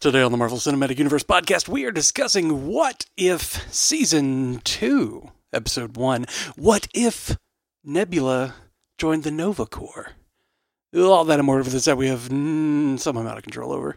Today on the Marvel Cinematic Universe podcast, we are discussing What If Season 2, Episode 1. What if Nebula joined the Nova Corps? All that and more over this that we have mm, some amount of control over.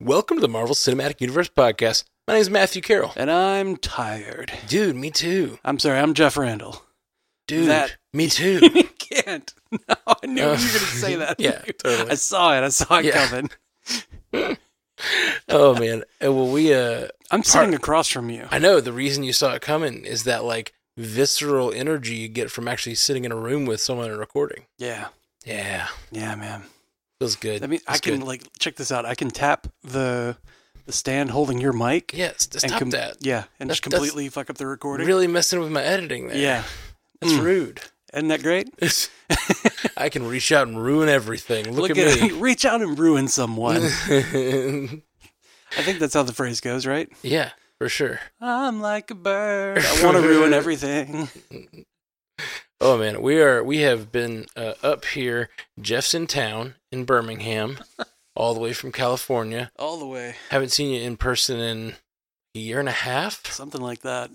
Welcome to the Marvel Cinematic Universe podcast. My name is Matthew Carroll. And I'm tired. Dude, me too. I'm sorry, I'm Jeff Randall. Dude, That- me too. you can't. No, I knew you were going Uh, to say that. yeah, totally. I saw it. I saw it Yeah. coming. oh man. Uh, Well, we uh I'm sitting across from you. I know the reason you saw it coming is that like visceral energy you get from actually sitting in a room with someone and recording. Yeah. Yeah. Yeah, man. Feels good. I mean, I Feels can good. like check this out. I can tap the the stand holding your mic. Yes, just and stop com- that. Yeah, and just That's- that's completely fuck up the recording. Really messing with my editing there. Yeah, That's Mm. rude. isn't that great? I can reach out and ruin everything. Look, at, reach out and ruin someone. me. I think that's how the phrase goes, right? yeah, for sure. I'm like a bird. I want to ruin everything. Oh man, we are we have been uh, up here. Jeff's in town in Birmingham, all the way from California. All the way, Haven't seen you in person in a year and a half. something like that.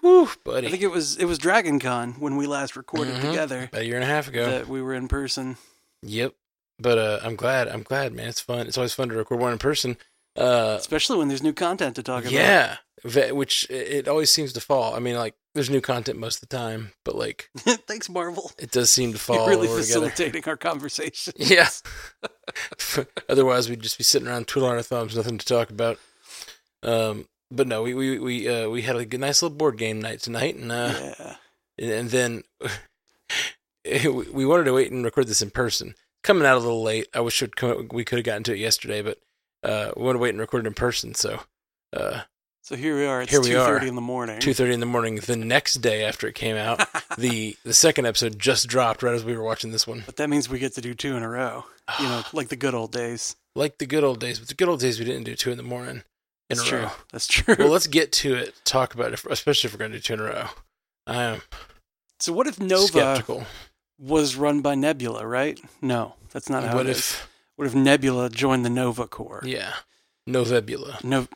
Whew, I think buddy, it was it was Dragon Con when we last recorded Mhm. together about a year and a half ago. that we were in person. Yep. But uh, I'm glad. I'm glad, man. It's fun. It's always fun to record one in person. Uh, Especially when there's new content to talk about. yeah, ve- which it it always seems to fall. I mean, like there's new content most of the time, but like Thanks, Marvel. it does seem to fall. You're really when we're together. facilitating our conversation. Yeah. Otherwise, we'd just be sitting around twiddling our thumbs, nothing to talk about. Um, but no, we we we uh, we had a good, nice little board game night tonight, and uh, yeah. and, and then we we wanted to wait and record this in person. Coming out a little late. I wish we'd come, we could have gotten to it yesterday, but uh, we wanted to wait and record it in person. So uh, So here we are. It's Here we two are. thirty in the morning. two thirty in the morning, the next day after it came out, the the second episode just dropped right as we were watching this one. But that means we get to do two in a row. You know, like the good old days. like the good old days. But the good old days, we didn't do two in the morning in That's a true. row. That's true. Well, let's get to it. Talk about it, especially if we're going to do two in a row. I am so what if Nova skeptical. was run by Nebula, right? No, that's not how What it is. if? What if Nebula joined the Nova Corps? Yeah, Novebula. No,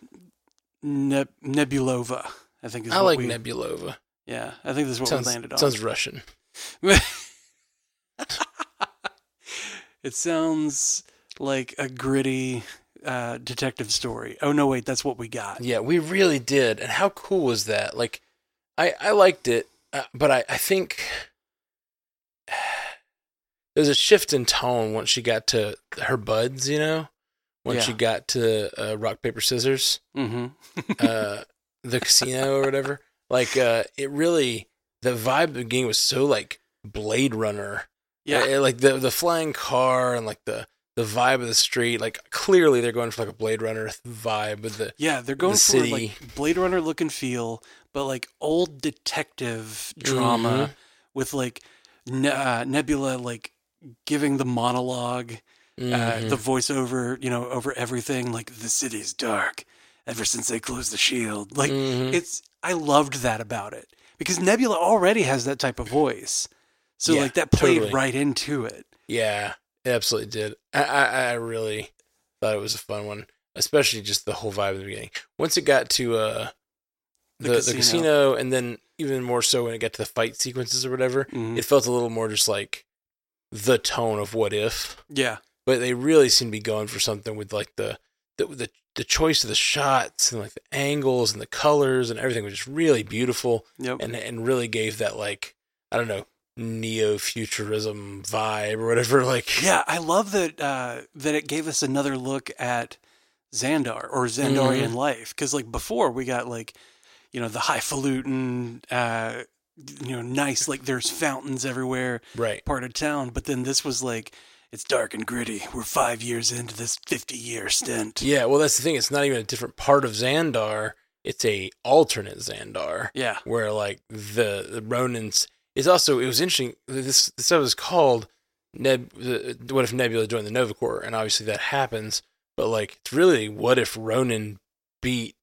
ne- Nebulova. I think is I what like we, Nebulova. Yeah, I think this is what Sounds, we landed on. sounds Russian. it sounds like a gritty uh, detective story. Oh no, wait, that's what we got. Yeah, we really did. And how cool was that? Like, I I liked it, uh, but I I think there's a shift in tone once she got to her buds. You know, once Yeah. she got to uh, rock paper scissors. Mm-hmm. uh, the casino or whatever. Like uh, it really the vibe of the game was so like Blade Runner. Yeah. Uh, like the the flying car and like the the vibe of the street. Like clearly they're going for like a Blade Runner th- vibe with the Yeah, they're going the for like Blade Runner look and feel, but like old detective drama Mm-hmm. with like ne- uh, Nebula like giving the monolog uh, Mhm. the voiceover, you know, over everything. Like the city's dark ever since they closed the shield. Like Mhm. it's, I loved that about it because Nebula already has that type of voice, so Yeah, like that played totally. right into it. yeah, it absolutely did. I, I I really thought it was a fun one, especially just the whole vibe of the beginning. Once it got to uh The the, the, casino. casino. and then even more so when it got to the fight sequences or whatever Mhm. it felt a little more just like the tone of what if Yeah, but they really seem to be going for something with like the the, the the choice of the shots and like the angles and the colors and everything was just really beautiful yep. and and really gave that like i don't know neo futurism vibe or whatever like Yeah, I love that uh, that it gave us another look at Xandar or Xandarian life because like before we got like you know the highfalutin uh, you know, nice. Like there's fountains everywhere, Right. part of town. But then this was like, it's dark and gritty. We're five years into this 50 year stint. Yeah, well, that's the thing. It's not even a different part of Xandar. It's a alternate Xandar Yeah. where like the the Ronins is also. It was interesting. This this episode is called Neb. The, what if Nebula joined the Nova Corps? And obviously that happens. But like, it's really what if Ronan beat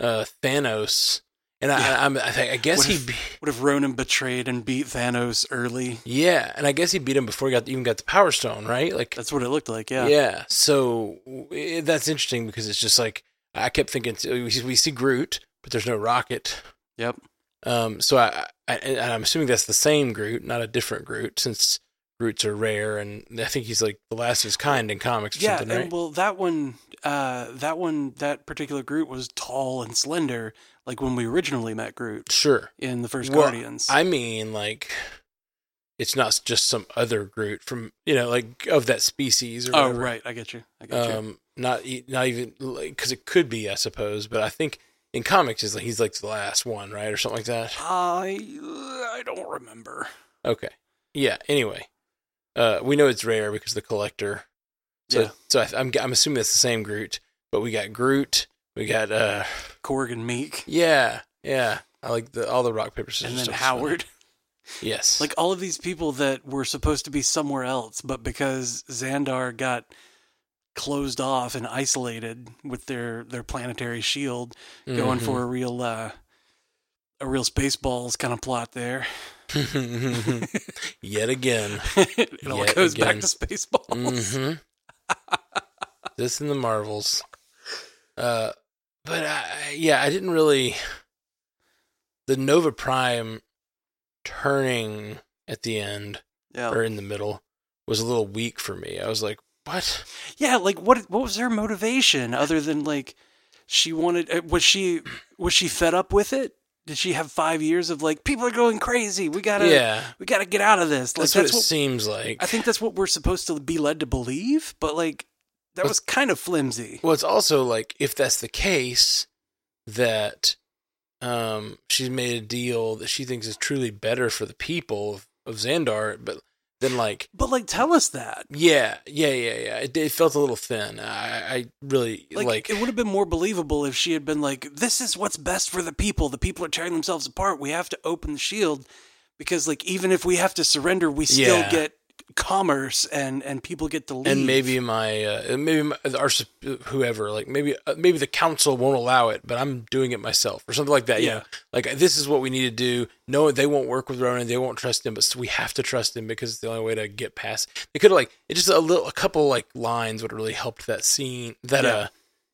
uh, Thanos? And I, Yeah. I, I'm, I, think- I guess What he. if- be- What if Ronan betrayed and beat Thanos early? yeah, and I guess he beat him before he got even got the Power Stone, right? Like That's what it looked like. Yeah. Yeah. So w- that's interesting because it's just like I kept thinking so we see- we see Groot, but there's no rocket. Yep. Um. So I, I and I'm assuming that's the same Groot, not a different Groot, since Groots are rare, and I think he's like the last of his kind in comics or Yeah, something, right? and well, that one, uh, that one, that particular Groot was tall and slender, like when we originally met Groot sure. in the first Well, Guardians. I mean, like. It's not just some other Groot from you know, like of that species or oh, whatever. right, I get you. I get you. um not e- not even because it could be i suppose but i think in comics is like he's like the last one right or something like that I I don't remember. okay yeah anyway uh we know it's rare because the collector so Yeah. so I, I'm, I'm assuming it's the same groot but we got groot we got uh Korg and Meek, yeah yeah i like the all the rock paper scissors and then stuff is funny. Howard. yes Like all of these people that were supposed to be somewhere else, but because Xandar got closed off and isolated with their their planetary shield, going Mhm. for a real uh, a real Spaceballs kind of plot there. Mm-hmm. yet again it all Yet goes back again. to Spaceballs. hmm this and the Marvels. Uh, but I, yeah, I didn't really. The Nova Prime turning at the end Yeah. or in the middle was a little weak for me. I was like, what? Yeah, like what what was her motivation other than like she wanted uh, was she was she fed up with it? Did she have 5 years of like people are going crazy. We got to yeah, we got to get out of this. Like that's, that's, what it what, seems like. I think that's what we're supposed to be led to believe, but like that was kind of flimsy. Well, it's also like if that's the case, that um, she's made a deal that she thinks is truly better for the people of, of Xandar, but then like But like tell us that. Yeah, yeah, yeah, yeah. It, it felt a little thin. I, I really Like, like. it would have been more believable if she had been like, "This is what's best for the people. The people are tearing themselves apart. We have to open the shield because, like, even if we have to surrender, we still Yeah. get commerce and and people get to leave. and maybe my, uh, maybe my, our sup- whoever, like maybe uh, maybe the council won't allow it, but I'm doing it myself or something like that. Yeah, Yeah. like this is what we need to do. No, they won't work with Ronan. They won't trust him, but we have to trust him because it's the only way to get past. They could have like it just a little, a couple like lines would have really helped that scene that Yeah. uh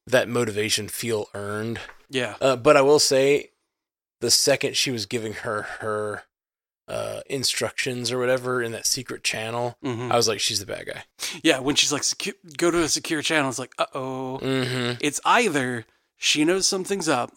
that motivation feel earned. yeah, Uh, but I will say, the second she was giving her her uh, instructions or whatever in that secret channel, Mhm. I was like, she's the bad guy. yeah. When she's like, secu- "Go to a secure channel," it's like, "Uh oh." Mm-hmm. It's either she knows something's up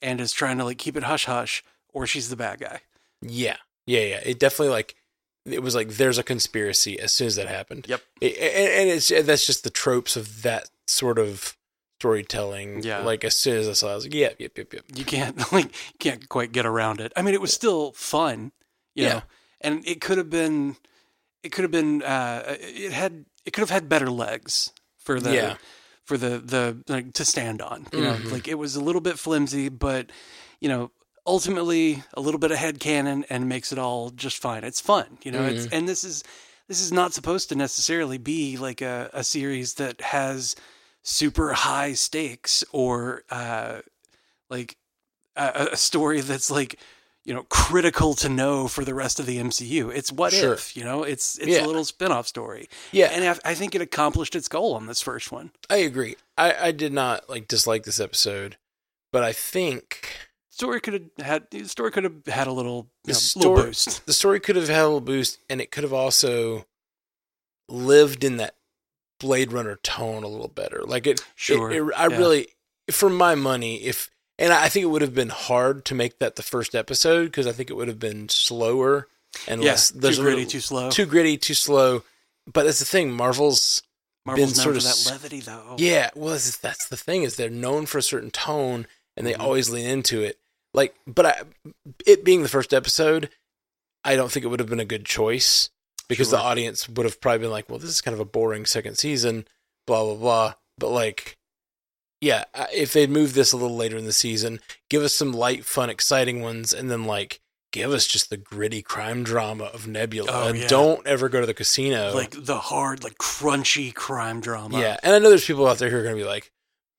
and is trying to like keep it hush hush, or she's the bad guy. Yeah, yeah, yeah. It definitely like it was like there's a conspiracy as soon as that happened. Yep. It- and, and it's that's just the tropes of that sort of storytelling. Yeah. Like as soon as I saw, it, I was like, yep, yep, yep, yep. you can't like you can't quite get around it. I mean, it was still fun, you Yeah. know, and it could have been, it could have been, uh, it had, it could have had better legs for the, Yeah. for the the like to stand on. You Mhm. know, like it was a little bit flimsy, but you know, ultimately a little bit of head cannon and makes it all just fine. It's fun, you know. Mm-hmm. It's and this is this is not supposed to necessarily be like a, a series that has super high stakes or uh, like a, a story that's like you know critical to know for the rest of the MCU. It's what Sure. if you know it's it's Yeah. a little spin-off story. Yeah. and I, I think it accomplished its goal on this first one. I agree. I, I did not like dislike this episode, but I think Story could have had the story could have had a little, you the know, story, little boost. the story could have had a little boost, and it could have also lived in that Blade Runner tone a little better. Like it, it- Sure, it- I yeah. really, for my money, if and I think it would have been hard to make that the first episode because I think it would have been slower and Yeah, less. too there's a gritty, little- too slow. too gritty, too slow. But that's the thing, Marvel's Marvel's known sort for of that s- levity, though. Mm-hmm. yeah, well, that's, that's the thing is they're known for a certain tone, and they always lean into it. Like, but I, it being the first episode, I don't think it would have been a good choice because the Sure. audience would have probably been like, "Well, this is kind of a boring second season," blah blah blah. But like, yeah, I- if they'd moved this a little later in the season, give us some light, fun, exciting ones, and then like give us just the gritty crime drama of Nebula. Oh, and yeah. Don't ever go to the casino. Like the hard, like crunchy crime drama. yeah, and I know there's people out there who are going to be like,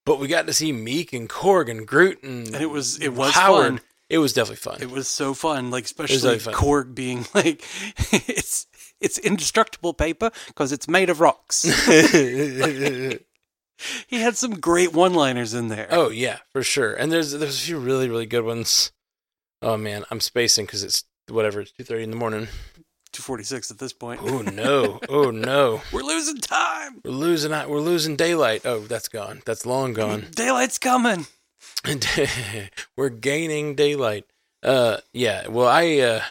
"But we got to see Meek and Korg and Groot and, And it was- it was fun. It was definitely fun. It was so fun, like especially really fun. Korg being like, it's it's indestructible paper because it's made of rocks. he had some great one-liners in there. oh yeah, for sure. And there's there's a few really really good ones. Oh man, I'm spacing because it's whatever. It's two thirty in the morning. 246 at this point. Oh no! Oh no! We're losing time. We're losing out. We're losing daylight. Oh, that's gone. That's long gone. Daylight's coming. we're gaining daylight. Uh, yeah. Well, I uh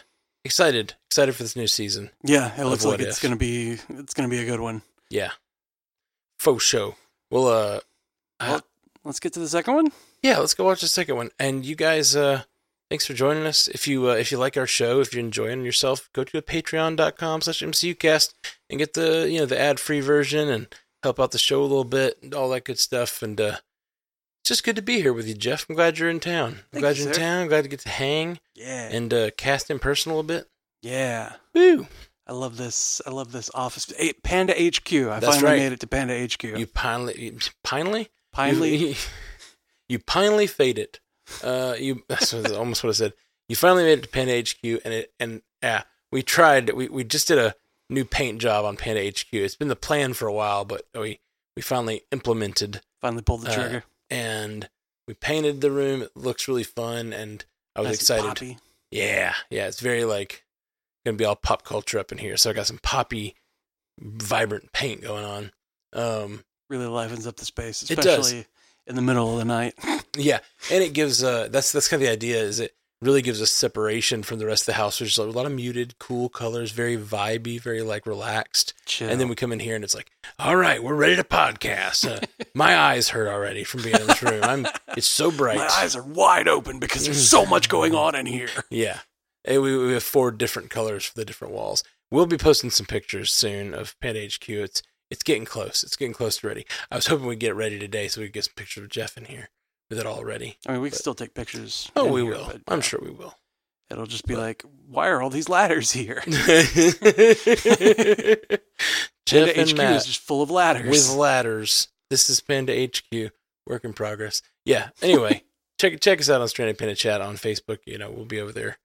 excited excited for this new season. Yeah, it looks What like it's if? gonna be it's gonna be a good one. Yeah. Faux show. Well, uh, Uh, Well, let's get to the second one. yeah, let's go watch the second one. And you guys, uh, thanks for joining us. If you uh, if you like our show, if you're enjoying yourself, go to patreon.com slash mcucast and get the you know the ad free version and help out the show a little bit and all that good stuff. And uh, it's just good to be here with you, Jeff. I'm glad you're in town. I'm Thank glad you, are in sir. town. glad to get to hang Yeah. and uh, cast in person a little bit. yeah. Woo! I love this. I love this office. Eh, Panda HQ. I That's finally right. made it to Panda HQ. You pinely, you, pinely, Finally, You, you finally fade it. Uh, you that's what- almost what I said. You finally made it to Panda HQ, and it and yeah, we tried. We we just did a new paint job on Panda HQ. It's been the plan for a while, but we we finally implemented finally pulled the uh, trigger. and we painted the room. It looks really fun, and I was Nice and excited. poppy. Yeah, yeah, it's very like gonna be all pop culture up in here. So I got some poppy, vibrant paint going on. Um, Really livens up the space, It does. especially in the middle of the night. Yeah, and it gives uh that's that's kind of the idea is it really gives us separation from the rest of the house. There's a lot of muted, cool colors, very vibey, very like relaxed. Chill. And then we come in here and it's like, all right, we're ready to podcast. Uh, my eyes hurt already from being in this room. I'm it's so bright. My eyes are wide open because there's so much going on in here. Yeah, and we we have four different colors for the different walls. We'll be posting some pictures soon of Panda HQ. It's it's getting close. It's getting close to ready. I was hoping we'd get it ready today so we could get some pictures of Jeff in here with it all ready. I mean, we can still take pictures. Oh, in we here, will. but, I'm yeah, sure we will. It'll just be like, why are all these ladders here? Jeff Panda and HQ Matt is just full of ladders. with ladders. This is Panda HQ. Work in progress. Yeah. Anyway, check check us out on Stranded Panda Chat on Facebook. You know, we'll be over there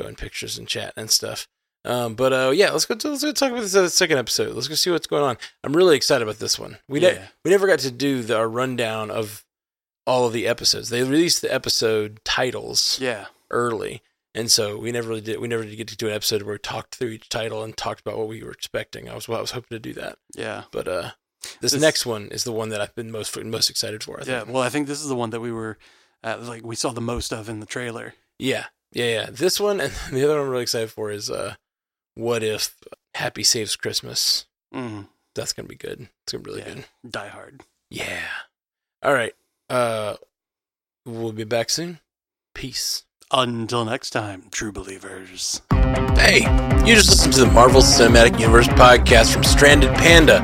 showing pictures and chat and stuff. Um, but uh, yeah, let's go. To, let's go talk about this uh, second episode. Let's go see what's going on. I'm really excited about this one. We ne- Yeah. we never got to do the, our rundown of all of the episodes. They released the episode titles yeah. early. And so we never really did. We never did get to do an episode where we talked through each title and talked about what we were expecting. I was well, I was hoping to do that, Yeah. but uh, this, This- next one is the one that I've been most most excited for. I yeah. think. Well, I think this is the one that we were, uh, like, we saw the most of in the trailer. yeah, yeah, yeah. This one and the other one I'm really excited for is uh, what if Happy Saves Christmas? Mm. That's gonna be good. It's gonna be really Yeah. good. Die Hard. Yeah. All right. Uh, we'll be back soon. Peace. Until next time, true believers. Hey, you just listened to the Marvel Cinematic Universe podcast from Stranded Panda.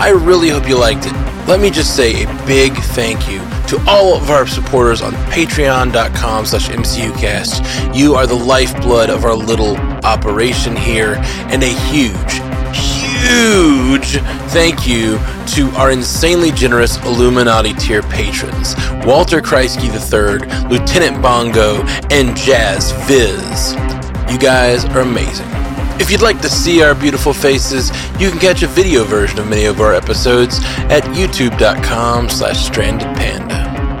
I really hope you liked it. Let me just say a big thank you to all of our supporters on patreon.com slash mcucast. You are the lifeblood of our little operation here, and a huge, huge thank you to our insanely generous Illuminati tier patrons Walter Kreisky III, Lieutenant Bongo, and Jazz Viz. You guys are amazing. If you'd like to see our beautiful faces, you can catch a video version of many of our episodes at youtube.com slash stranded panda.